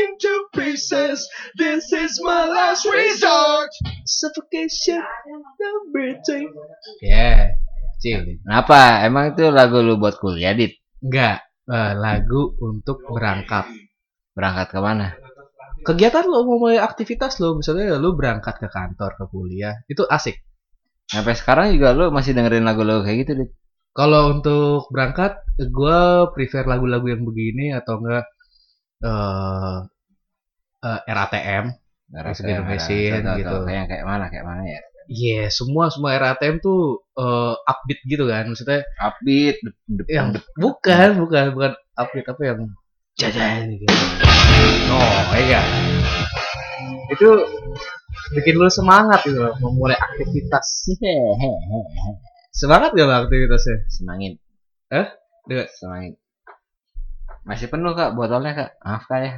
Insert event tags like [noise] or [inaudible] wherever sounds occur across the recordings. into pieces. This is my last resort. Suffocation, everything. Ya. Cil, kenapa? Emang itu lagu lu buat kuliah, Dit? Enggak, eh, lagu untuk berangkat. Berangkat kemana? Kegiatan lo mau mulai aktivitas lo, misalnya lo berangkat ke kantor, ke kuliah, itu asik. Sampai sekarang juga lu masih dengerin lagu-lagu kayak gitu, Dit. Kalau untuk berangkat, gue prefer lagu-lagu yang begini atau enggak eh eh, RATM. Harus Ngerasa- diremesin ngerasa- gitu. tau- tau Kayak kayak mana, kayak mana ya. Iya, semua semua RATM tuh eh, upbeat gitu kan, maksudnya Upbeat, dep- dep- yang dep- bukan bukan bukan upbeat apa yang jajan gitu. Oh, iya. Itu bikin lu semangat gitu loh, memulai aktivitas. Semangat gak lo [laughs] aktivitasnya? Semangin. Eh? Dengar. Semangin. Masih penuh kak botolnya kak. Maaf kak ya.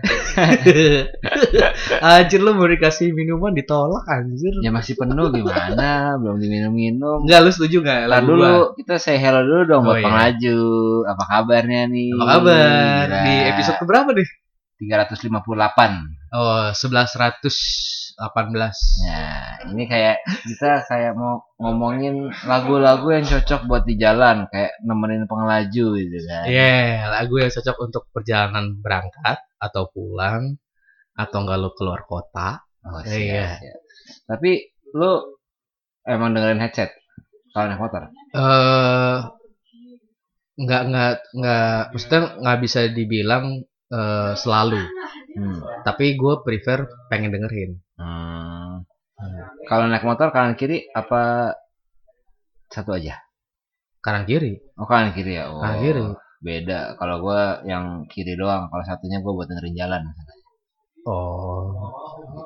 anjir lu mau dikasih minuman ditolak anjir. Ya masih penuh gimana? Belum diminum-minum. Enggak lu setuju gak? Ntar dulu kita say hello dulu dong Oh, buat iya. penglaju. Apa kabarnya nih? Apa kabar? Iya. Di episode keberapa nih? 358. Oh, 1118. Ya. Nah, ini kayak kita kayak mau ngomongin lagu-lagu yang cocok buat di jalan, kayak nemenin penglaju gitu kan. Yeah, Iya, lagu yang cocok untuk perjalanan berangkat atau pulang atau enggak lu keluar kota. Oh, Iya. siap, siap. Tapi lu emang dengerin headset kalau naik motor? Eh enggak enggak enggak maksudnya enggak bisa dibilang eh, selalu, Hmm. tapi gue prefer pengen dengerin. Hmm. Kalau naik motor kanan kiri apa satu aja? Kanan kiri. Oh kanan kiri ya. Oh, Kanan kiri. Beda. Kalau gua yang kiri doang. Kalau satunya gua buat dengerin jalan. Oh.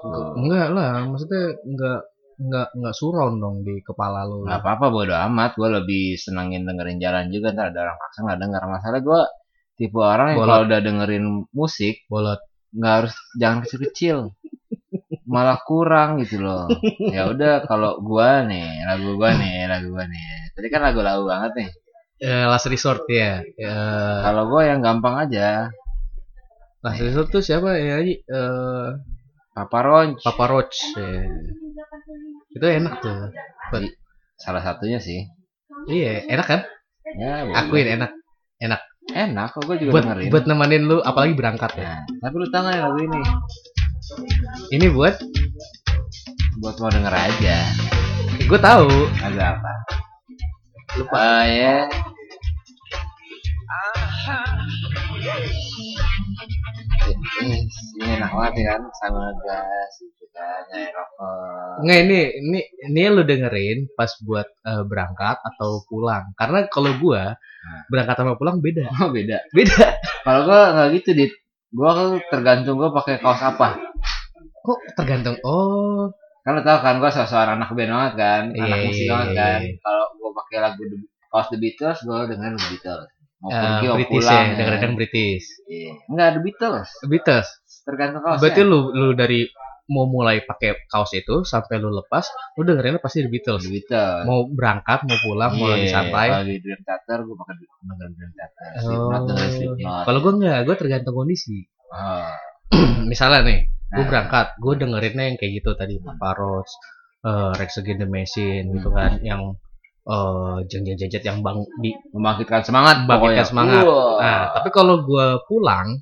Gitu. Enggak lah, maksudnya enggak enggak enggak surround dong di kepala lu. Gak apa-apa bodo amat. Gua lebih senengin dengerin jalan juga. Ntar ada orang paksa nggak denger. Masalah gua tipe orang yang Bolot. kalau udah dengerin musik Bolot. nggak harus jangan kecil-kecil. Malah kurang gitu loh. Ya udah kalau gua nih lagu gua nih lagu gua nih. Tadi kan lagu lau banget nih. Eh, last resort ya. Eh, Kalau gua yang gampang aja last resort tuh siapa ya? Haji? Eh, Papa Ronch. Papa Roach. ya. Itu enak tuh. Salah satunya sih. Iya, enak kan? Ya, boleh. Akuin enak. Enak kok gue juga Buat dengerin. buat nemenin lu apalagi berangkat ya. Nah, tapi lu tau gak nih lagu ini? Ini buat Buat mau denger aja. gue tahu. Lagu apa? Lupa. Oh, ya. Ini, ini enak banget ya kan sama gas gitu kan nyari rokok Nggak ini ini ini lu dengerin pas buat eh, berangkat atau pulang. Karena kalau gua Nah. berangkat sama pulang beda. oh, beda Beda. kalau gua nggak gitu dit gua tergantung gua pakai kaos apa Kok tergantung oh kan lo tau kan gua sosok anak band banget kan anak Iya, musik iya, banget iya, kan iya. kalau gua pakai lagu The- kaos The Beatles gua dengerin The Beatles mau Eh, pergi mau British pulang ya, kadang-kadang British. Iya. Enggak The Beatles Beatles. tergantung kaosnya Berarti lu lu dari mau mulai pakai kaos itu sampai lu lepas, lu dengerinnya pasti The Beatles. The Beatles Mau berangkat, mau pulang, mau Iya, lagi santai. kalau di Dream Theater gua pakai dengerin Dream Theater Slipknot Oh. dengerin Slipknot Kalau gue enggak, gue tergantung kondisi. oh. Misalnya nih, gue Nah. Hmm. berangkat, gue dengerinnya yang kayak gitu tadi, Papa Roach, eh, Rex Against the Machine gitu kan, yang eh jeng jeng jeng, jeng, yang bang di membangkitkan semangat Membangkitkan pokoknya. semangat. Wah. nah tapi kalau gue pulang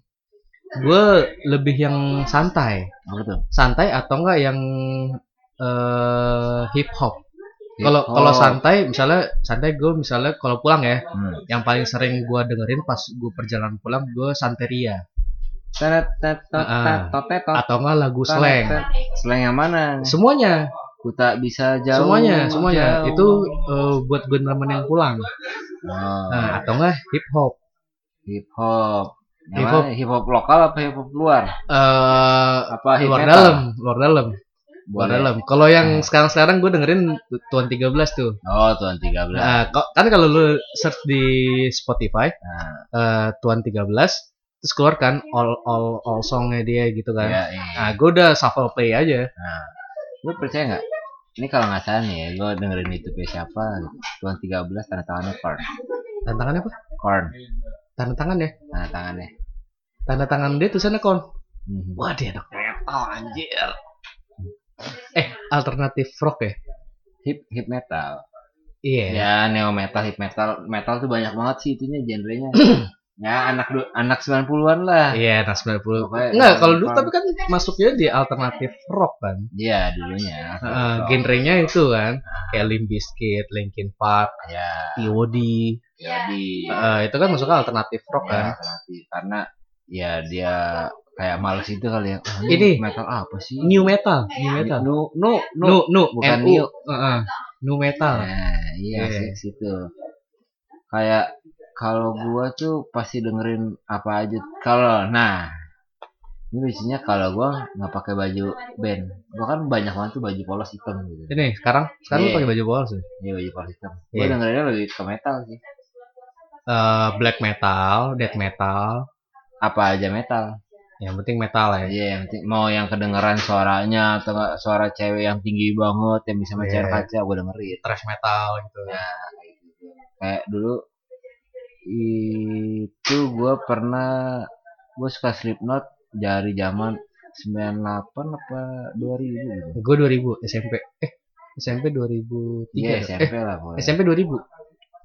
gue lebih yang santai Apa tuh? santai atau enggak yang eh hip hop. Kalau Hip-hop. kalau santai misalnya santai gue misalnya kalau pulang ya, Hmm. yang paling sering gue dengerin pas gue perjalanan pulang gue santeria Tenet, tenet, tot, Ah. tet, tot, tet, tot, atau enggak lagu tenet, slang. tet. Slang yang mana? Semuanya, Ku tak bisa jauh. semuanya, semuanya jauh. itu eh, buat gue nemen yang pulang. Oh. Nah, atau enggak hip hop. hip hop Hip hip hop hop. hip hop lokal apa hip hop luar Eh apa hip luar metal? dalam, luar dalam, luar Boleh. dalam. Kalau yang Hmm. sekarang-sekarang gue dengerin Tuan 13 tuh. oh tuan 13 belas Nah, kok- kan kalau lu search di Spotify nah, eh, Tuan 13 terus keluar kan all all all songnya dia gitu kan. ya, iya. Nah, gue udah shuffle play aja. lu percaya nggak ini kalau nggak salah nih ya, gue dengerin YouTube siapa gitu. tuan 13 tanda tangannya corn Tantangannya apa? corn Tanda tangan ya. tanda tangannya Tanda tangan dia tulisannya kon. Mhm. Wah, dia anak metal anjir. Eh, alternatif rock ya? Hip hip metal. Iya. Ya neo metal, hip metal, metal tuh banyak banget sih [clears throat] itunya genrenya. ya anak du- anak 90-an lah. Iya, anak 90. Pokoknya Enggak, yang kalau dulu punk. tapi kan masuknya di alternatif rock kan. Iya, dulunya. Eh, genrenya itu kan kayak Limp Bizkit, Linkin Park, Ya, P.O.D. jadi Eh, itu kan masuknya alternatif rock ya, kan. nanti. karena ya dia kayak males itu kali ya. Ah, Ini. metal apa sih? New metal, new metal. nu nu nu. Nu, nu, Bukan NU. new. Heeh. eh, Nu metal. Nah, Ah, Iya. iya sih situ. Kayak kalau gua tuh pasti dengerin apa aja. Kalau nah ini lucunya kalau gua nggak pakai baju band, gua kan banyak banget tuh baju polos hitam gitu. Ini sekarang sekarang lu Iya. pakai baju polos ya? Ini baju polos hitam. Gua Iya. dengerinnya lebih ke metal sih. Eh, black metal, death metal, Apa aja metal. yang penting metal lah ya. Iya, yang penting- mau yang kedengeran suaranya atau nggak suara cewek yang tinggi banget yang bisa mencair Iya. kaca, gua dengerin. Thrash metal gitu. Kayak dulu itu gua pernah gua suka Slipknot dari zaman 98 apa 2000 gitu. Gue 2000 SMP. Eh, SMP 2003. Iya, ya? SMP Eh, lah pokoknya. SMP 2000.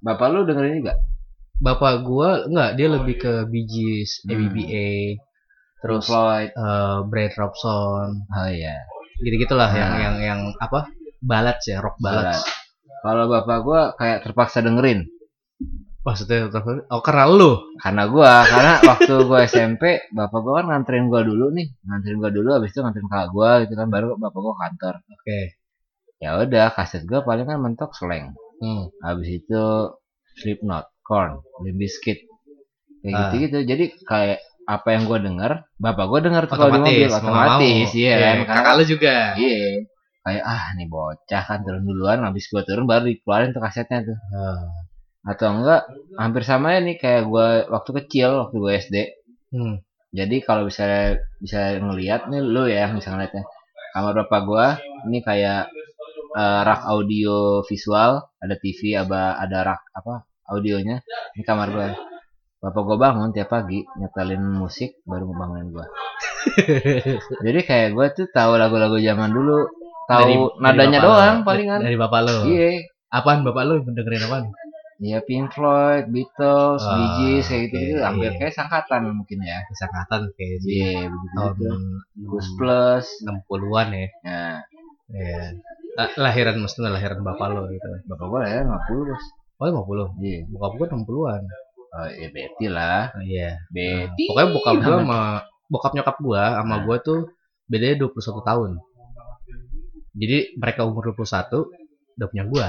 Bapak lu dengerin juga? Bapak gua enggak, dia lebih ke Bee Gees, Oh, iya. Hmm. ABBA, terus Pink Floyd. eh Brad Robson, Oh iya. gitu-gitulah yang Nah. yang yang apa? Ballads ya, rock ballads. Ballads. Kalau bapak gua kayak terpaksa dengerin Maksudnya oh karena lu. karena gua karena waktu gua SMP bapak gua kan nganterin gua dulu nih nganterin gua dulu habis itu nganterin kakak gua gitu kan baru bapak gua ke kantor Oke. ya udah kaset gua paling kan mentok slang Hmm. habis itu Slipknot, Korn, Limp Bizkit kayak Ah. gitu gitu jadi kayak apa yang gua denger bapak gua denger tuh kalau di mobil mau nggak otomatis mau. iya kan Karena- Kakak lu juga. iya kayak ah nih bocah kan turun duluan habis gua turun baru dikeluarin tuh kasetnya tuh Ah. atau enggak hampir sama ya nih kayak gua waktu kecil waktu gua SD Hmm. jadi kalau bisa bisa ngelihat nih lu ya bisa ngeliatnya kamar bapak gua ini kayak eh, rak audio visual ada TV ada ada rak apa audionya ini kamar gua bapak gua bangun tiap pagi nyetelin musik baru ngebangunin [laughs] gua jadi kayak gua tuh tahu lagu-lagu zaman dulu tahu Dari- dari nadanya bapak lu. doang palingan Dari bapak lu. iya Apaan bapak lu dengerin apaan? Iya Pink Floyd, Ah, Beatles, iya, Bee Gees, kayak gitu, gitu oke. hampir kayak sangkatan mungkin ya. Eh, Kesangkatan kayak gitu. Iya, begitu gitu. Tahun Gus Plus, 60-an ya. nah Iya. Eh, Lahiran maksudnya lahiran bapak lo gitu. Bapak gue ya 50 bos. Oh, 50. Iya. Bokap gua 60-an. Oh, ya Betty lah. Oh, Iya. Nah, Betty. Pokoknya bokap gua banget. sama bokap nyokap gua sama Nah. gua tuh bedanya 21 tahun. Jadi mereka umur 21 udah punya gua.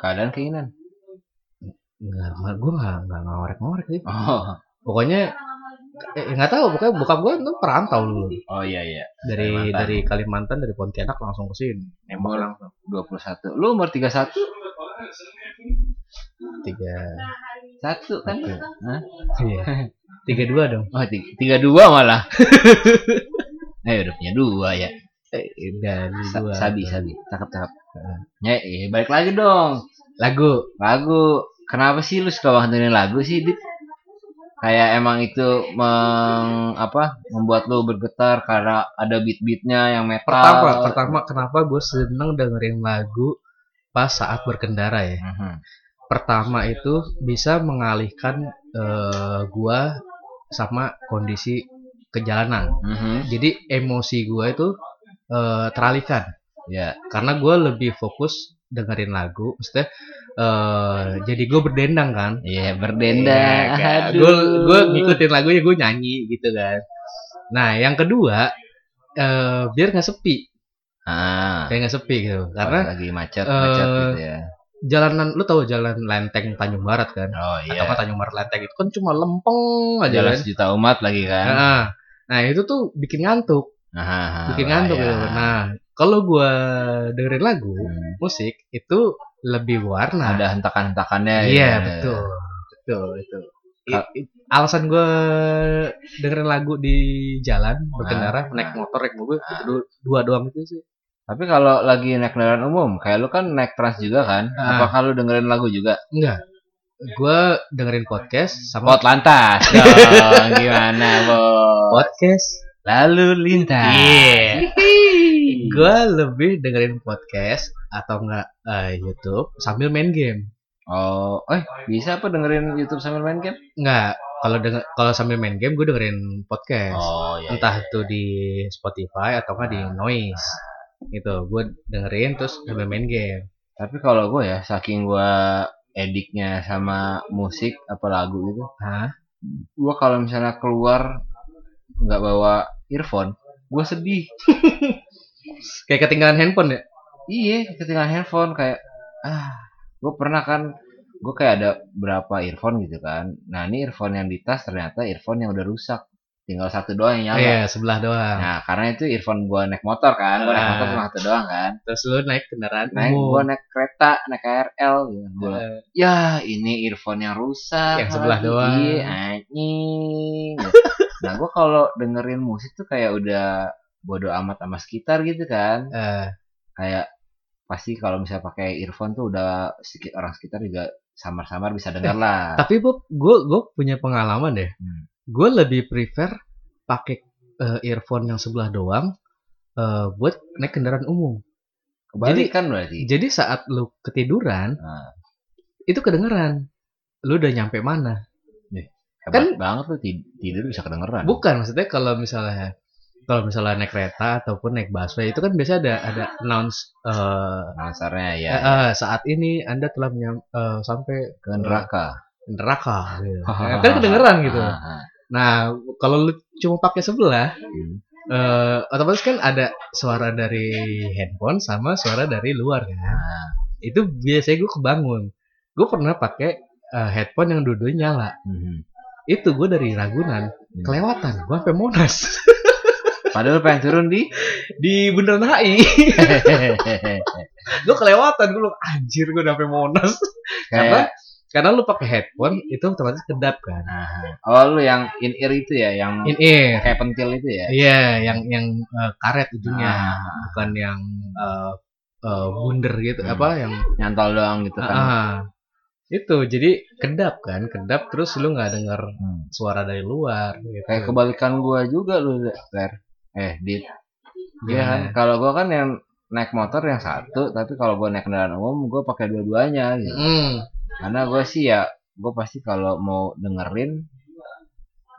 Keadaan keinginan. [laughs] Enggak, gua enggak enggak ngorek-ngorek sih. Oh, Pokoknya eh, enggak tahu pokoknya bokap gua tuh perantau dulu oh iya iya. dari Kalimantan. dari Kalimantan dari Pontianak langsung ke sini. Emang langsung 21. Lu umur 31. Tiga Satu kan? Satu. Hah? iya. Tiga dua dong. Oh, ti- 32 malah. [laughs] eh udah punya dua ya. Eh, enggak, Sa- dua. sabi, sabi. Cakep, cakep. Ya, eh, balik lagi Oh, dong. Lagu Lagu. Kenapa sih lu suka banget dengerin lagu sih, Dit? Kayak emang itu meng, apa membuat lu bergetar karena ada beat-beatnya yang metal. pertama pertama kenapa gue seneng dengerin lagu pas saat berkendara ya Mhm. pertama itu bisa mengalihkan kan, eh, gua sama kondisi kejalanan Mhm. Hmm? jadi emosi gua itu eh, teralihkan Ya. karena gua lebih fokus dengerin lagu maksudnya eh, jadi gue berdendang kan Iya, berdenda. Aduh. gue ngikutin lagunya gue nyanyi gitu kan nah yang kedua eh, biar nggak sepi Ah. biar nggak sepi gitu karena lagi macet, eh, macet gitu ya. jalanan lu tahu jalan Lenteng Tanjung Barat kan? Oh iya. Atau nggak Tanjung Barat Lenteng itu kan cuma lempeng aja Jalan kan. sejuta umat lagi kan. Nah, nah, itu tuh bikin ngantuk, Aha, aha, iya. bikin bahaya. ngantuk gitu. Nah, kalau gua dengerin lagu, Hmm. musik itu lebih warna. ada hentakan-hentakannya Iya, gitu. betul. Betul, itu. alasan gua dengerin lagu di jalan berkendara Nah, naik nah. motor naik mobil itu du- dua doang itu sih Tapi kalau lagi naik kendaraan umum, kayak lu kan naik trans juga kan? Ah. Apakah lu dengerin lagu juga? enggak Gua dengerin podcast sama Pot lantas [laughs] dong, gimana bos? podcast. Lalu lintas. Iya. Gua lebih dengerin podcast atau enggak eh, YouTube sambil main game. Oh, eh bisa apa dengerin YouTube sambil main game? Enggak, kalau denger kalau sambil main game gue dengerin podcast. Oh iya. entah itu di Spotify atau enggak di Noise gitu gue dengerin terus sambil main game Tapi kalau gue ya, saking gue ediknya sama musik apa lagu gitu, Hah? gue kalau misalnya keluar nggak bawa earphone, gue sedih. kayak ketinggalan handphone ya Iya, ketinggalan handphone kayak ah, gue pernah kan gue kayak ada berapa earphone gitu kan. Nah ini earphone yang di tas ternyata earphone yang udah rusak, tinggal satu doang yang Oh, nyala. iya sebelah doang Nah karena itu earphone gue naik motor kan, gue naik motor Ah. cuma satu doang kan. terus lu naik kendaraan Naik umum. gue naik kereta, naik KRL gitu. Gua Eh, ya ini earphone yang rusak Yang sebelah lagi, doang. iya, anjing nah gue kalau dengerin musik tuh kayak udah bodo amat sama sekitar gitu kan eh, kayak pasti kalau misalnya pakai earphone tuh udah sedikit orang sekitar juga samar-samar bisa denger lah [laughs] tapi Bob gue gue punya pengalaman deh Hmm. gue lebih prefer pakai eh, earphone yang sebelah doang eh, buat naik kendaraan umum jadi jadi- kan berarti jadi saat lu ketiduran Ah. itu kedengeran lu udah nyampe mana hebat kan- banget tuh tid- tidur bisa kedengeran Bukan maksudnya kalau misalnya kalau misalnya naik kereta ataupun naik busway itu kan biasa ada ada announce eh, Nasarnya ya eh, eh, saat ini Anda telah menyam- eh, sampai ke neraka neraka [laughs] gitu. Nah, kan kedengeran gitu. Ah, ah. Nah, kalau lu cuma pakai sebelah Hmm. eh otomatis kan ada suara dari handphone sama suara dari luar kan. Ah. Itu biasanya gue kebangun. Gue pernah pakai eh, headphone yang dua nyala. Mhm. Itu gue dari Ragunan, Hmm. kelewatan. Gue sampai Monas padahal pengen turun di [laughs] [laughs] di Bundaran [laughs] HI. gue kelewatan gue bilang anjir gue udah sampai monas kayak karena lu pakai headphone itu otomatis kedap kan Oh lu yang in ear itu ya, yang in ear kayak pentil itu ya? iya yang yang eh, karet ujungnya Ah, bukan yang eh, eh, bunder gitu Hmm. apa yang nyantol doang gitu kan? ah, itu jadi kedap kan kedap terus lu nggak denger Hmm. suara dari luar gitu. Kayak kebalikan gua juga lu, Ler. Eh, di Iya kan? Kalau gua kan yang naik motor yang satu, tapi kalau gua naik kendaraan umum gua pakai dua-duanya gitu. Hmm. Karena gua sih ya, gua pasti kalau mau dengerin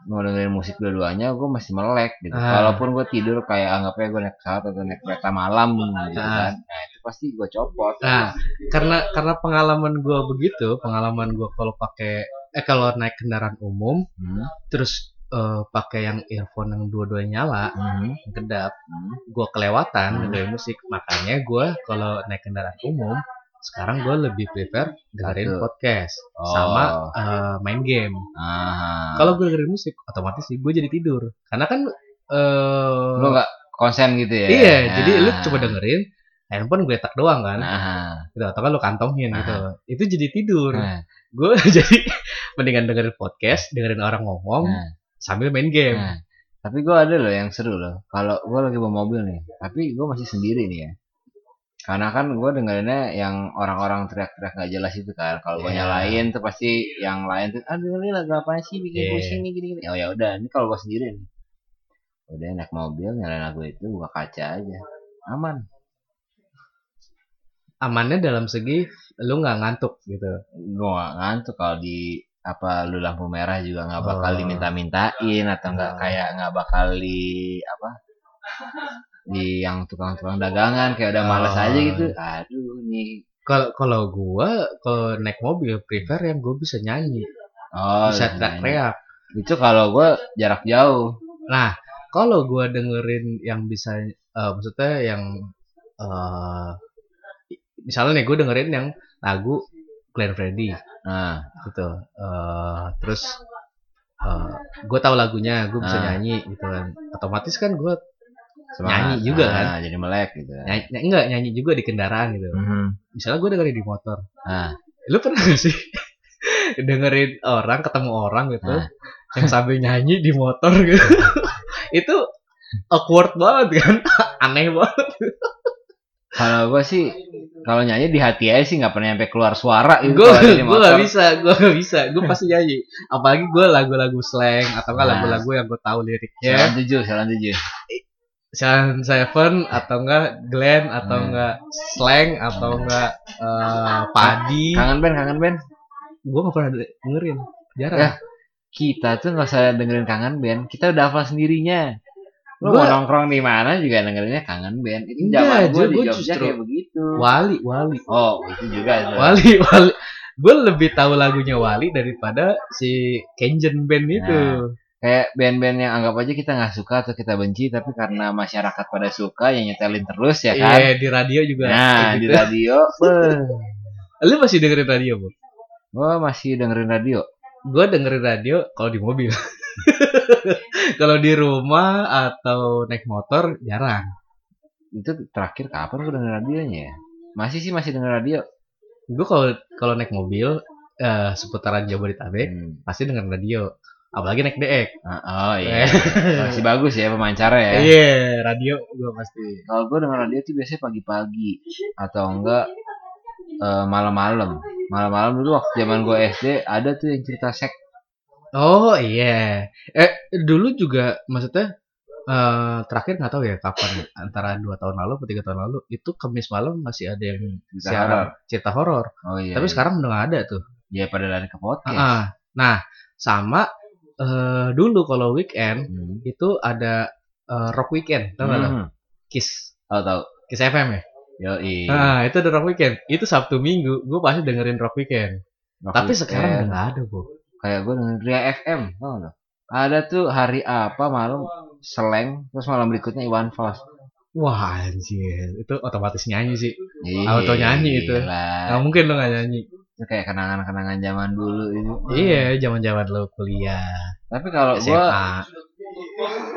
mau dengerin musik dua-duanya gua masih melek gitu. Ah. Walaupun gua tidur kayak anggapnya gua naik pesawat atau naik kereta malam gitu Ah. kan. Nah, itu pasti gua copot. Nah, karena karena pengalaman gua begitu, pengalaman gua kalau pakai eh kalau naik kendaraan umum Hmm. terus eh, pakai yang earphone yang dua-duanya nyala, Hmm. yang kedap Hmm. gue kelewatan Hmm. dengerin musik makanya gue kalau naik kendaraan umum sekarang gue lebih prefer dengerin Satu. podcast Oh. sama eh, main game Ah. kalau gue dengerin musik otomatis sih gue jadi tidur karena kan eh lu nggak konsen gitu ya iya Nah. jadi lu coba dengerin handphone gue tak doang kan nah, gitu atau kan lu kantongin Nah. gitu itu jadi tidur nah, gue [laughs] jadi mendingan dengerin podcast dengerin orang ngomong nah, sambil main game nah. tapi gue ada loh yang seru loh kalau gue lagi bawa mobil nih tapi gue masih sendiri nih ya karena kan gue dengerinnya yang orang-orang teriak-teriak gak jelas itu kan kalau gue Iya. nyalain tuh pasti yang lain tuh ah dengerin lagu apa sih bikin Iya. pusing nih gini-gini oh ya udah ini kalau gue sendiri nih udah naik mobil nyalain lagu itu buka kaca aja aman amannya dalam segi lu nggak ngantuk gitu gue gak ngantuk kalau di apa lu lampu merah juga nggak bakal Oh. diminta-mintain atau nggak Oh. kayak nggak bakal di apa di yang tukang-tukang dagangan kayak udah malas Oh. aja gitu aduh nih Kalau kalau gua kalau naik mobil prefer yang gua bisa nyanyi, oh bisa nah, teriak-teriak. itu kalau gue jarak jauh Nah, kalau gua dengerin yang bisa eh, maksudnya yang eh misalnya nih gua dengerin yang lagu Glenn Freddy nah gitu. Eh terus eh gua tahu lagunya, gua bisa Ah. nyanyi gitu kan. Otomatis kan gua semangat. Nyanyi juga Nah, kan? jadi melek gitu nyanyi, enggak nyanyi juga di kendaraan gitu. Mhm. Misalnya gua dengerin di motor. Ah. lu pernah gak sih [laughs] dengerin orang ketemu orang gitu Hah? yang sambil nyanyi di motor gitu [laughs] itu awkward banget kan aneh banget Kalau gua sih kalau nyanyi di hati aja sih nggak pernah sampai keluar suara gitu gue kalau gue dari motor. gak bisa gue gak bisa gue pasti nyanyi apalagi gue lagu-lagu slang atau enggak Nah. lagu-lagu yang gue tahu Salam liriknya tujuh, salam tujuh. Sean Seven atau enggak Glenn atau Hmm. enggak slang atau enggak eh, padi Kangen Ben, kangen Ben. gue gak pernah dengerin jarang Ya, Kita tuh nggak usah dengerin kangen Ben, kita udah hafal sendirinya. Lu Gua- mau nongkrong di mana juga dengerinnya kangen Ben. Itu Enggak, zaman gua Ju, di gua Jogja justru- kayak begitu. Wali Wali Oh, itu juga. Itu. Wali [laughs] Wali gue lebih tahu lagunya Wali daripada si Kenjen Band itu Nah, Kayak band-band yang anggap aja kita nggak suka atau kita benci, tapi karena masyarakat pada suka, yang nyetelin terus ya iya kan. di radio juga Nah, kayak di gitu. radio, beuh. lu masih dengerin radio bu gua masih dengerin radio. gue dengerin radio kalau di mobil [laughs] kalau di rumah atau naik motor jarang Itu terakhir kapan gua dengerin radionya ya? Masih sih masih denger radio. gue kalau kalau naik mobil eh, seputaran Jabodetabek Hmm. pasti dengerin radio apalagi naik DX Ah, Oh iya. Masih bagus ya pemancara ya. Eh. iya radio gue pasti Kalau gue denger radio tuh biasanya pagi-pagi atau enggak eh, malam-malam. Malam-malam dulu waktu zaman gue SD ada tuh yang cerita sek. oh iya eh dulu juga maksudnya eh, terakhir nggak tahu ya kapan antara dua tahun lalu atau tiga tahun lalu itu kemis malam masih ada yang Cerita horor. siaran cerita horor Oh iya. tapi sekarang udah nggak ada tuh ya pada lari ke podcast. Heeh. Nah, sama eh dulu kalau weekend Hmm. itu ada eh, rock weekend, tau nggak lo? Hmm. Kiss, Tahu tahu. Kiss FM ya. Yo Nah, itu ada rock weekend. Itu Sabtu Minggu, gue pasti dengerin rock weekend. Tapi sekarang udah nggak ada bu. kayak gue dengan Ria FM, tau nggak? Ada tuh hari apa malam seleng terus malam berikutnya Iwan Fals. Wah anjir, itu otomatis nyanyi sih. Ih, Auto nyanyi itu. Iya, gila. Nggak mungkin lo nggak nyanyi. Itu kayak kenangan-kenangan zaman dulu itu. Iya, zaman-zaman lo kuliah, Tapi kalau gue SMA.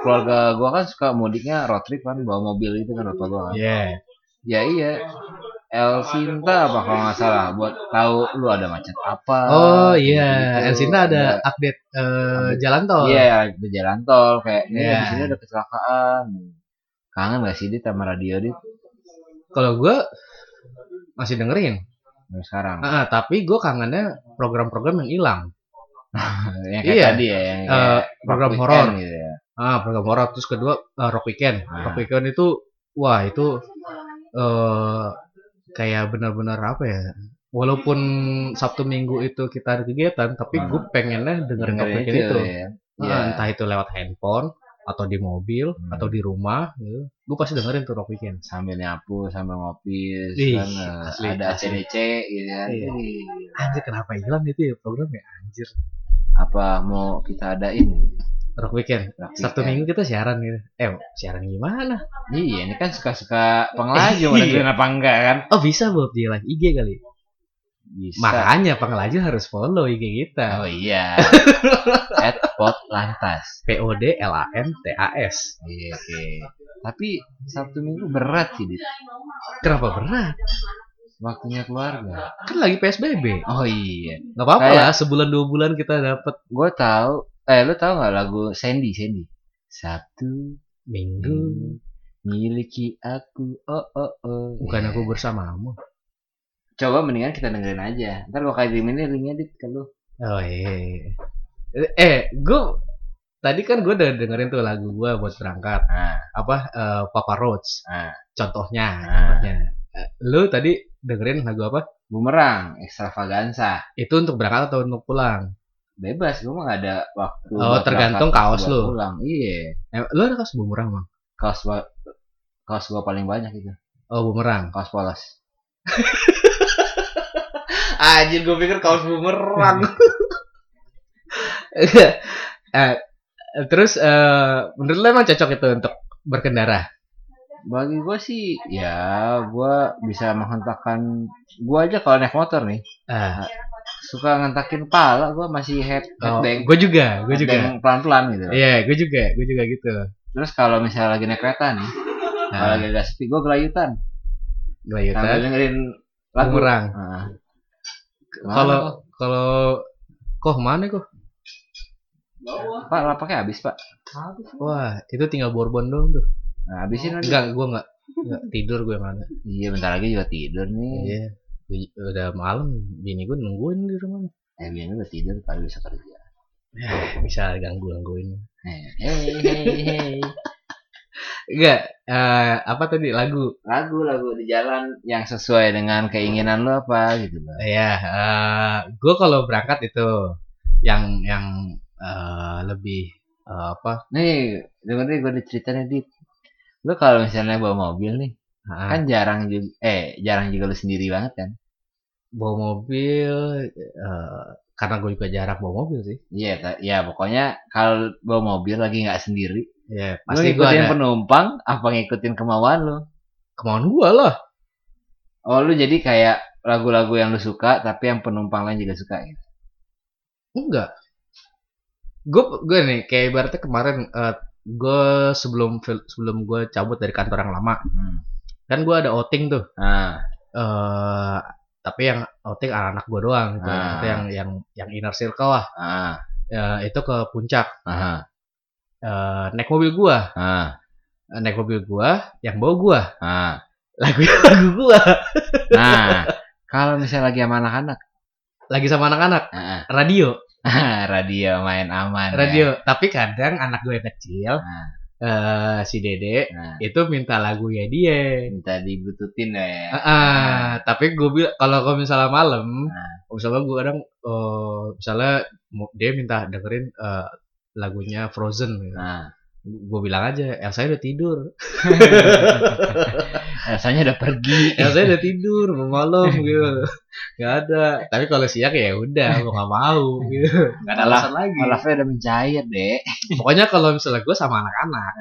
keluarga gua kan suka mudiknya road trip kan bawa mobil itu kan bapak gua kan. Iya. Ya iya. El Sinta apa kalau nggak salah buat tahu lu ada macet apa. Oh iya, gitu. Elsina ada update eh, jalan tol. Iya ya, di jalan tol kayak ini Iya. di sini ada kecelakaan. Kangen gak sih dit sama radio dit Kalau gue masih dengerin. Sampai sekarang? Ah, ah, tapi gue kangennya program-program yang hilang. yang kayak iya. tadi ya yang Eh, kayak program Rock horor. Weekend gitu ya. Ah, program horor terus kedua eh, Rock Weekend. Ah. Rock Weekend itu wah itu eh kayak benar-benar apa ya? Walaupun Sabtu Minggu itu kita ada kegiatan, tapi Ah. gue pengennya dengerin Rock Dengerin Weekend itu. ya. Ah, Iya. entah itu lewat handphone atau di mobil Hmm. atau di rumah gitu. Gue pasti dengerin tuh Rock Weekend. sambil nyapu sambil ngopi Ih, kan eh, asli, ada asli. ACDC gitu kan Iya. Ih, Anjir kenapa hilang gitu ya programnya? Anjir. apa mau kita adain Rock Weekend. Rock Sabtu Weekend? Minggu kita siaran gitu. Eh, siaran gimana? Iya, ini kan suka-suka pengelaju Iya. mau dengerin apa enggak kan? Oh bisa buat di live IG kali. Bisa. Makanya pengelaju harus follow IG kita. Oh [laughs] iya. At pot lantas. P O D L A N T A S. Iya, oke. Tapi Sabtu Minggu berat sih, Dit. Kenapa berat? Waktunya keluarga. Kan lagi PSBB. Oh iya. Gak apa-apa Kayak- lah. Sebulan dua bulan kita dapat Gue tahu. Eh, lu tahu nggak lagu Sandy, Sandy? Sabtu minggu. Minggu miliki aku. Oh oh oh. Bukan Iya. aku bersamamu. Coba mendingan kita dengerin aja. Ntar gua kirimin deh linknya dit ke lu. Oh iya. Eh, gue tadi kan gue udah dengerin tuh lagu gue buat berangkat. Ah, Apa eh, Papa Roach? Ah. Contohnya, Ah. contohnya. Eh, Lu tadi dengerin lagu apa? bumerang, extravaganza. Itu untuk berangkat atau untuk pulang? bebas gue mah gak ada waktu Oh, buat tergantung kaos berangkat, buat lu. pulang iya Eh, lu ada kaos bumerang, Bang? kaos wa- kaos gue paling banyak gitu. itu Oh, bumerang. [laughs] kaos polos Anjir gue pikir kaos bumerang. eh, terus eh, menurut lo emang cocok itu untuk berkendara? [laughs] bagi gue sih ya gue bisa menghentakkan gue aja kalau naik motor nih Ah, suka ngentakin kepala gue masih head oh, headbang gue juga, gue juga. pelan pelan gitu Iya, gue juga, gue juga gitu. terus kalau misalnya lagi naik kereta nih kalau Nah, lagi agak sepi gue gelayutan sambil Gelayutan, dengerin lagu bumerang. Ah. Kemana Kalau kok? kalau kok mana kok? pak lapaknya habis pak Wah, itu tinggal Bourbon doang tuh. nah, habisin aja Enggak, gue enggak. [laughs] Nggak, tidur gue malah Iya bentar lagi juga tidur nih. iya Uj- udah malam bini gue nungguin di rumah Eh biasanya udah tidur kali bisa kerja. bisa ganggu gangguin Eh, Hey, hey, hey. enggak eh, apa tadi lagu Lagu-lagu di jalan yang sesuai dengan keinginan lo apa gitu loh. ya eh, gue kalau berangkat itu yang yang eh, lebih eh, apa Nih, dengerin gue diceritain Dit. Lu kalau misalnya bawa mobil nih, ah, kan jarang juga eh jarang juga lu sendiri banget kan. bawa mobil eh, karena gue juga jarang bawa mobil sih Iya, ta- ya pokoknya kalau bawa mobil lagi nggak sendiri, ya lu pasti gue ngikutin ada penumpang apa ngikutin kemauan lu? kemauan gue lah Oh, lu jadi kayak lagu-lagu yang lu suka tapi yang penumpang lain juga suka gitu. enggak gue gue nih kayak ibaratnya kemarin gue sebelum fil- sebelum gue cabut dari kantor yang lama Hmm. kan gue ada outing tuh Ah, eh tapi yang outing anak-anak gue doang gitu Ah. Maksudnya yang yang yang inner circle lah ah, Eh, itu ke puncak ah, Eh, naik mobil gua ah, Eh, naik mobil gua yang bawa gua ah. lagu lagu gua Nah, kalau misalnya lagi sama anak-anak, lagi sama anak-anak ah, radio ah. [laughs] radio main aman. ya. radio tapi kadang anak gue yang kecil eh, Ah. si dede Nah, itu minta lagunya dia minta dibututin lah ya. Ah, ah, tapi gue bilang kalau kalau misalnya malam, kalau misalnya gue kadang eh, misalnya mu- dia minta dengerin eh, lagunya Frozen, gitu. Nah, gue bilang aja Elsa udah tidur, rasanya udah pergi. Elsa udah tidur mau [laughs] malam gitu, nggak ada. Tapi kalau siang ya udah, gue nggak mau gitu, nggak ada Malah- alasan lagi. Olafnya udah mencair deh. Pokoknya kalau misalnya gue sama anak-anak,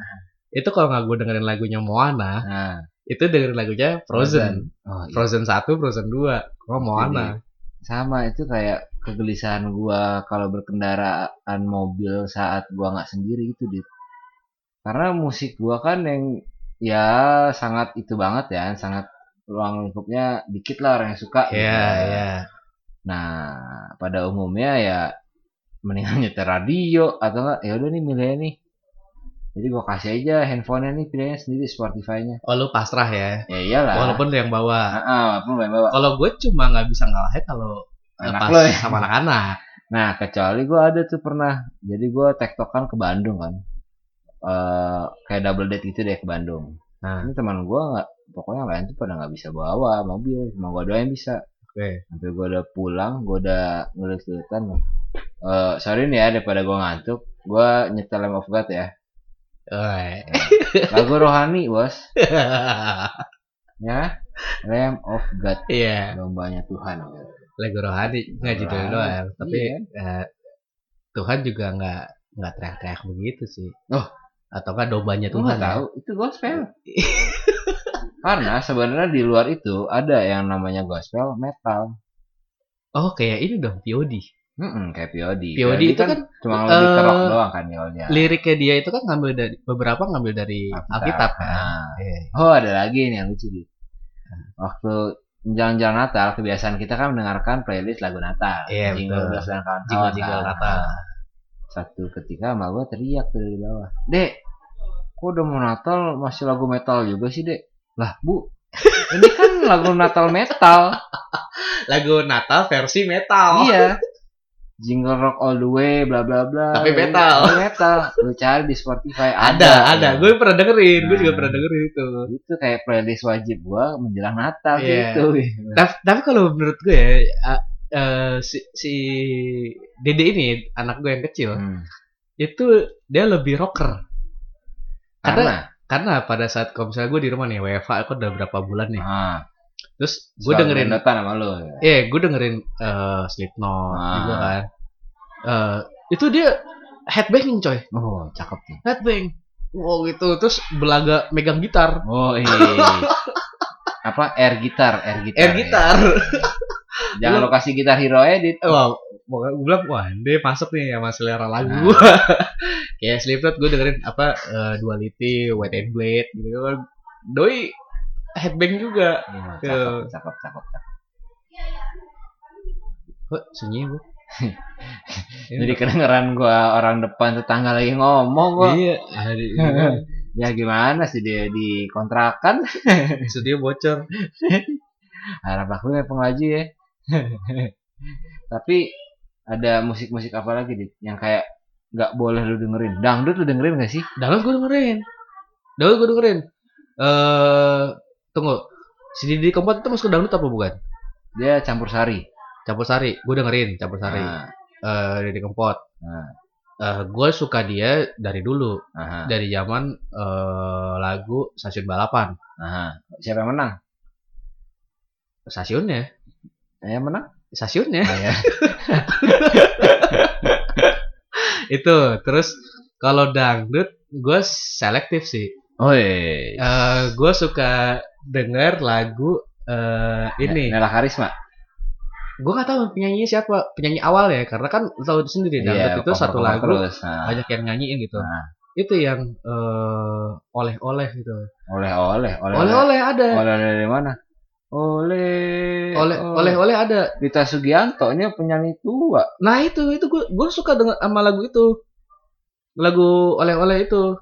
itu kalau nggak gue dengerin lagunya Moana, Nah, itu dengerin lagunya Frozen, oh, iya. Frozen satu, Frozen dua, gue Moana. sama itu kayak kegelisahan gua kalau berkendaraan mobil saat gua nggak sendiri itu deh. Karena musik gua kan yang ya sangat itu banget ya, sangat ruang lingkupnya dikit lah orang yang suka. Iya, gitu. iya. Nah, pada umumnya ya mendingan nyetir radio atau enggak ya udah nih milihnya nih. Jadi gua kasih aja handphonenya nih pilihannya sendiri Spotify-nya. Oh lu pasrah ya. Ya iyalah. Walaupun lu yang bawa. Ah, ah, walaupun main bawa Kalau gue cuma nggak bisa ngalahin kalau anak pas lo ya. sama anak-anak. Nah, kecuali gua ada tuh pernah. Jadi gua tektokan ke Bandung kan. Eh kayak double date gitu deh ke Bandung. Nah, Ini teman gua nggak, pokoknya yang lain tuh pada nggak bisa bawa mobil, cuma gua doang yang bisa. oke. Sampai gua udah pulang, gua udah ngelit-ngelitan. Eh sorry nih ya daripada gua ngantuk, gua nyetel Lamb of God ya. Oi. Lagu rohani, Bos. Ya. Lamb of God, [laughs] Iya, lombanya Tuhan. lagu rohani nggak gitu Rohani, doang. Tapi iya. eh, Tuhan juga nggak nggak teriak-teriak begitu sih. Oh. Atau nggak dombanya Itu Tuhan? ya? nggak tahu, itu [laughs] gospel. Karena sebenarnya di luar itu ada yang namanya gospel metal. Oh, kayak ini dong, POD. Mm-mm, kayak POD. POD itu kan, cuma lebih ke rock eh, doang kan yolnya. liriknya dia itu kan ngambil dari beberapa ngambil dari Alkitab. Alkitab kan. Nah. Iya. Oh ada lagi nih yang lucu nih. Waktu jalan-jalan Natal kebiasaan kita kan mendengarkan playlist lagu Natal. Iya, Jingle betul. Bells dan kawan-kawan. Jingle-jingle kan. Natal. Satu ketika sama gue teriak tuh dari bawah. Dek, kok udah mau Natal masih lagu metal juga sih dek? Lah bu, ini kan lagu Natal [laughs] metal. Lagu Natal versi metal. Iya. Jingle Rock All the Way, bla bla bla. Tapi metal. Tapi metal. Lu cari di Spotify Ada, ada. Ya. Gue pernah dengerin, gue juga Nah. pernah dengerin itu. Itu kayak playlist wajib gua menjelang Natal Iya. gitu. Tapi, tapi kalau menurut gue ya, a- eh, si, si Dede ini anak gue yang kecil Hmm. itu dia lebih rocker Karena karena pada saat kalau misalnya gue di rumah nih WFA aku udah berapa bulan nih ah, terus gue dengerin Notan sama lu. Iya, gue dengerin eh, Slipknot Ah. juga kan Eh, itu dia headbanging coy Oh, cakep nih. headbang wow gitu terus belaga megang gitar Oh, iya. Apa air gitar, air gitar. air gitar Ya. Jangan lo kasih gitar hero edit. Eh, Wah, pokoknya gue bilang wah dia masuk nih sama selera lagu Nah. gue. [laughs] Kayak Slipknot gue dengerin apa eh, Duality, White and Blade gitu kan. Doi headbang juga. Oh, Tuh. cakep, cakep, cakep, cakep. Kok sunyi [laughs] gue? Iya. Iya. [laughs] Jadi kedengeran gua orang depan tetangga lagi ngomong gua. iya, ada- ya gimana sih dia di kontrakan studio bocor harap aku emang laju ya tapi ada musik-musik apa lagi Dit? yang kayak nggak boleh lu dengerin dangdut lu dengerin gak sih Dangdut gue dengerin Dangdut gue dengerin eh Tunggu Si Didi Kempot itu masuk ke dangdut apa bukan? dia campur sari Campur Sari Gue dengerin Campur Sari eh Nah, Didi Kempot nah, Eh Gue suka dia dari dulu aha, Dari zaman eh lagu Stasiun Balapan aha. siapa yang menang Stasiunnya Eh, yang menang Stasiunnya [laughs] Ah, [laughs] ya. Itu Terus Kalau dangdut Gue selektif sih Oh, iya, Oi. Eh Gue suka denger lagu eh ini Nela Karisma gue gak tahu penyanyinya siapa penyanyi awal ya karena kan lu tahu sendiri dangdut Iya, itu satu cover-cover lagu terus. Nah, banyak yang nyanyiin gitu Nah. itu yang eh, oleh-oleh gitu oleh-oleh oleh-oleh oleh-oleh ada oleh-oleh dari mana oleh oleh oleh-oleh ada Rita Sugianto ini penyanyi tua nah itu itu gue gue suka dengan sama lagu itu lagu oleh-oleh itu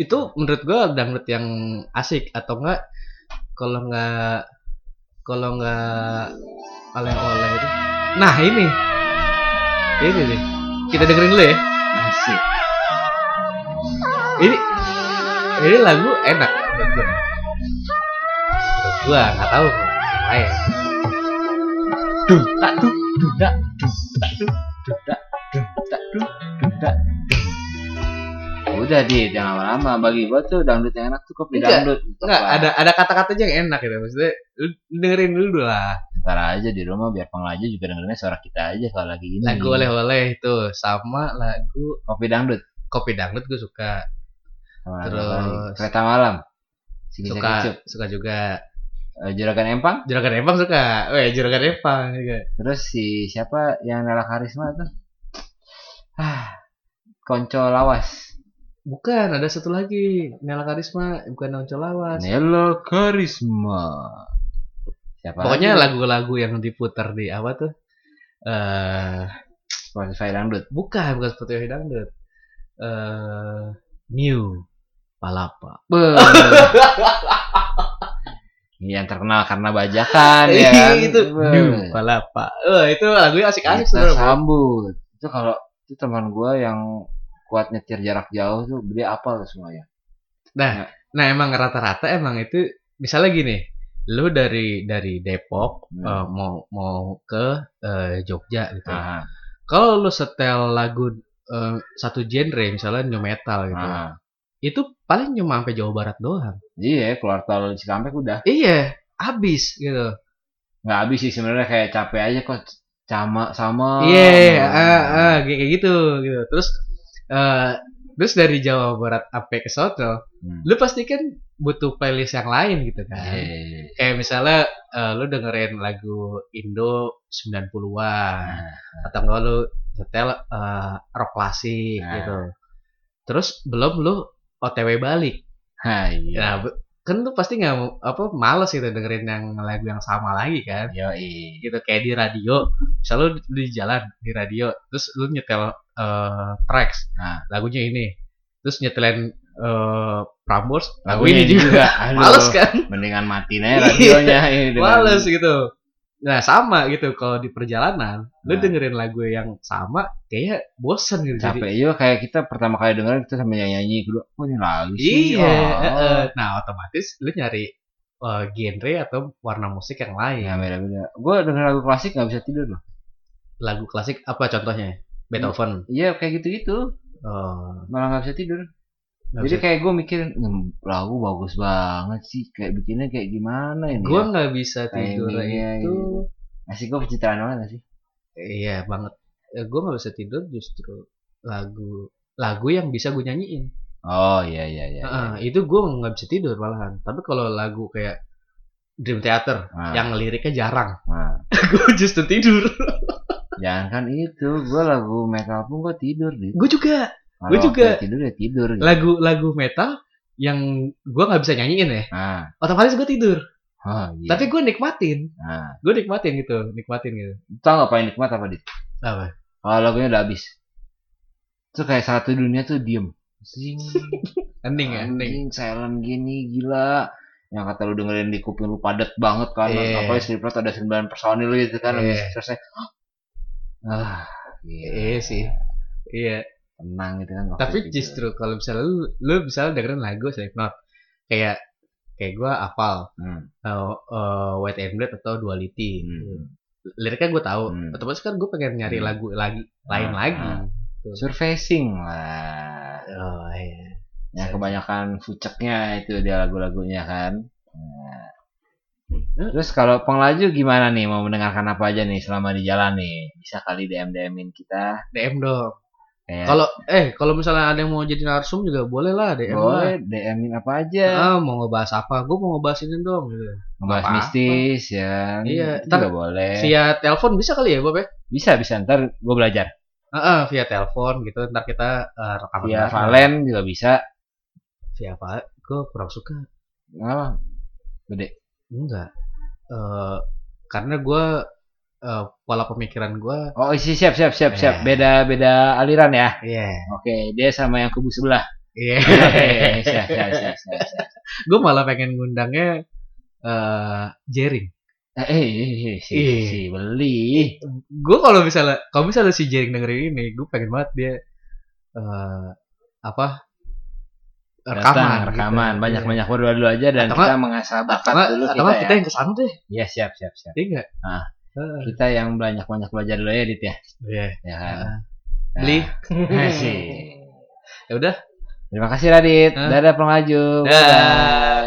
itu menurut gue dangdut yang asik atau enggak kalau enggak kalau enggak oleh-oleh itu nah ini ini nih kita dengerin dulu ya asik ini ini lagu enak menurut gua. Menurut gua nggak tahu yang lain Duh, tak, duh, duh, dak, duh, tak, duh, duh, dak, duh, tak, duh, duh, dak, duh. Udah dit, jangan lama-lama bagi gua tuh dangdut yang enak cukup di Enggak, dangdut. nggak ada ada kata-katanya yang enak gitu maksudnya lu dengerin dulu lah Ntar aja di rumah biar pengelaju juga dengerinnya suara kita aja kalau lagi gini. lagu oleh-oleh itu sama lagu kopi dangdut. kopi dangdut gue suka Sama lagu Terus. apa lagi? kereta malam. Sini suka saya kecup. suka juga Eh, juragan empang. juragan empang suka weh juragan empang iya. juga Terus si siapa yang Nela Karisma tuh? Ah, konco lawas. bukan ada satu lagi Nela Karisma bukan Nongco Lawas Nela Karisma. Siapa pokoknya lagi? lagu-lagu yang diputar di apa tuh eh Spotify dangdut. Bukan, bukan Spotify dangdut. Eh, New Palapa. Iya, yang terkenal karena bajakan ya [laughs] Iya, kan itu Beuh. New Palapa. Eh, itu lagunya asik-asik kita sebenarnya. sambut itu kalau itu teman gue yang kuat nyetir jarak jauh tuh dia apal tuh semuanya Ya. Nah, emang rata-rata emang itu misalnya gini, lu dari dari Depok Hmm. Ah. eh, mau mau ke eh, Jogja gitu. Aha, Kalau lu setel lagu eh, satu genre misalnya new metal gitu. aha. Itu paling cuma sampai Jawa Barat doang. iya keluar tol Cikampek udah Iya, habis gitu. nggak habis sih sebenarnya kayak capek aja kok sama sama Iya, ah, ah, kayak kayak gitu, gitu. Terus, eh terus dari Jawa Barat sampai ke Soto, Hmm. lu pasti kan butuh playlist yang lain gitu kan. [laughs] Iya. Kayak misalnya eh, lu dengerin lagu Indo 90-an Nah, atau enggak lu nyetel eh, rock klasik Nah. gitu. Terus belum lu OTW balik. Nah, iya Nah, be- kan lu pasti nggak mau- apa males gitu dengerin yang lagu yang sama lagi kan Yoi. gitu kayak di radio misalnya lu di, di jalan di radio terus lu nyetel eh, tracks Nah. lagunya ini terus nyetelin eh Prambors lagu ini Lagunya juga [laughs] Aduh, males kan Iya. mendingan matiin aja radionya [laughs] ini dengan- males gitu nah sama gitu kalau di perjalanan lu Nah. dengerin lagu yang sama kayaknya bosen gitu capek juga kayak kita pertama kali dengerin kita sambil nyanyi kedua oh ini lagu sih iya eh, oh. eh. nah otomatis lu nyari eh, genre atau warna musik yang lain ya beda beda gue denger lagu klasik nggak bisa tidur loh lagu klasik apa contohnya Beethoven iya kayak gitu gitu Eh, malah nggak bisa tidur nggak jadi bisa- kayak gue mikir "Hmm, lagu bagus banget sih kayak bikinnya kayak gimana ini gue ya? nggak bisa tidur Timingnya itu gitu. Asik gue pencitraan banget nggak sih Iya banget. gue nggak bisa tidur justru lagu lagu yang bisa gue nyanyiin. oh iya iya iya Heeh, itu gue nggak bisa tidur malahan. Tapi kalau lagu kayak Dream Theater Ah. yang liriknya [laughs] jarang, nah, gue justru tidur. jangan kan itu gue lagu metal pun gue tidur gitu Gue juga Kalau Gua juga. waktu tidur ya tidur gitu. lagu-lagu metal yang gue nggak bisa nyanyiin ya. nah Otomatis gue tidur. oh, iya. Tapi gue nikmatin, nah gue nikmatin gitu, nikmatin gitu. tau nggak paling nikmat apa dit Apa? Kalau lagunya udah habis. Itu kayak satu dunia tuh diem. Zing. ending ya ending Anjing silent gini gila. Yang kata lu dengerin di kuping lu padat banget kan. Iya. Apalagi Slipknot ada 9 personil gitu kan. Iya. Habis selesai. "Hah?" Ah, iya iya, sih iya tenang gitu kan. waktu tapi itu. justru kalau misalnya lu lu misalnya dengerin lagu Slipknot kayak kayak gue apal Hmm. uh, uh, White and Black atau Duality Hmm. liriknya gue tahu Hmm. otomatis kan gue pengen nyari Hmm. lagu lagi lain Ah, lagi ah. Surfacing lah. oh iya Ya kebanyakan fuceknya itu dia lagu-lagunya kan. Hmm. Nah. Terus kalau penglaju gimana nih mau mendengarkan apa aja nih selama di jalan nih? Bisa kali DM DMin kita. DM dong Kayak kalau eh kalau misalnya ada yang mau jadi narsum juga boleh lah DM lah. boleh DMin apa Ah, aja. mau ngebahas apa? Gue mau ngebahas ini dong. Gitu. Eh. Ngebahas apa-apa. mistis ya. Iya, Itu ntar- juga boleh. Via telepon bisa kali ya, Bob ya? Bisa bisa ntar gue belajar. Ah, ah, via telepon gitu. Ntar kita eh, rekaman. bareng. Via Iya, Valen juga bisa. Via Valen. Gue kurang suka. Apa? Gede. Enggak. Eh, karena gue eh, pola pemikiran gue, Oh isi siap siap siap siap. Eh. Beda beda aliran ya. iya, Oke dia sama yang [laughs] kubu sebelah. iya. Oke, siap, siap, siap, siap, siap. gue malah pengen ngundangnya eh Jering. Eh, eh, eh, eh, si, Ih. si beli. Gue kalau misalnya, kalau misalnya si Jering dengerin ini, gue pengen banget dia eh apa? rekaman, Rekaman, rekaman, gitu. banyak Iya. banyak berdoa dulu aja dan Atau kita mengasah bakat Atau nggak- dulu atau kita, nggak ya. kita yang kesana deh Iya, siap siap siap. Iya nggak? Ah. Ah, Kita yang banyak banyak belajar dulu ya, Dit ya. Iya. Ya kan. Ah. Nah, [laughs] Beli. sih. Ya udah. Terima kasih Radit. Ah. Dadah pengaju. Dah.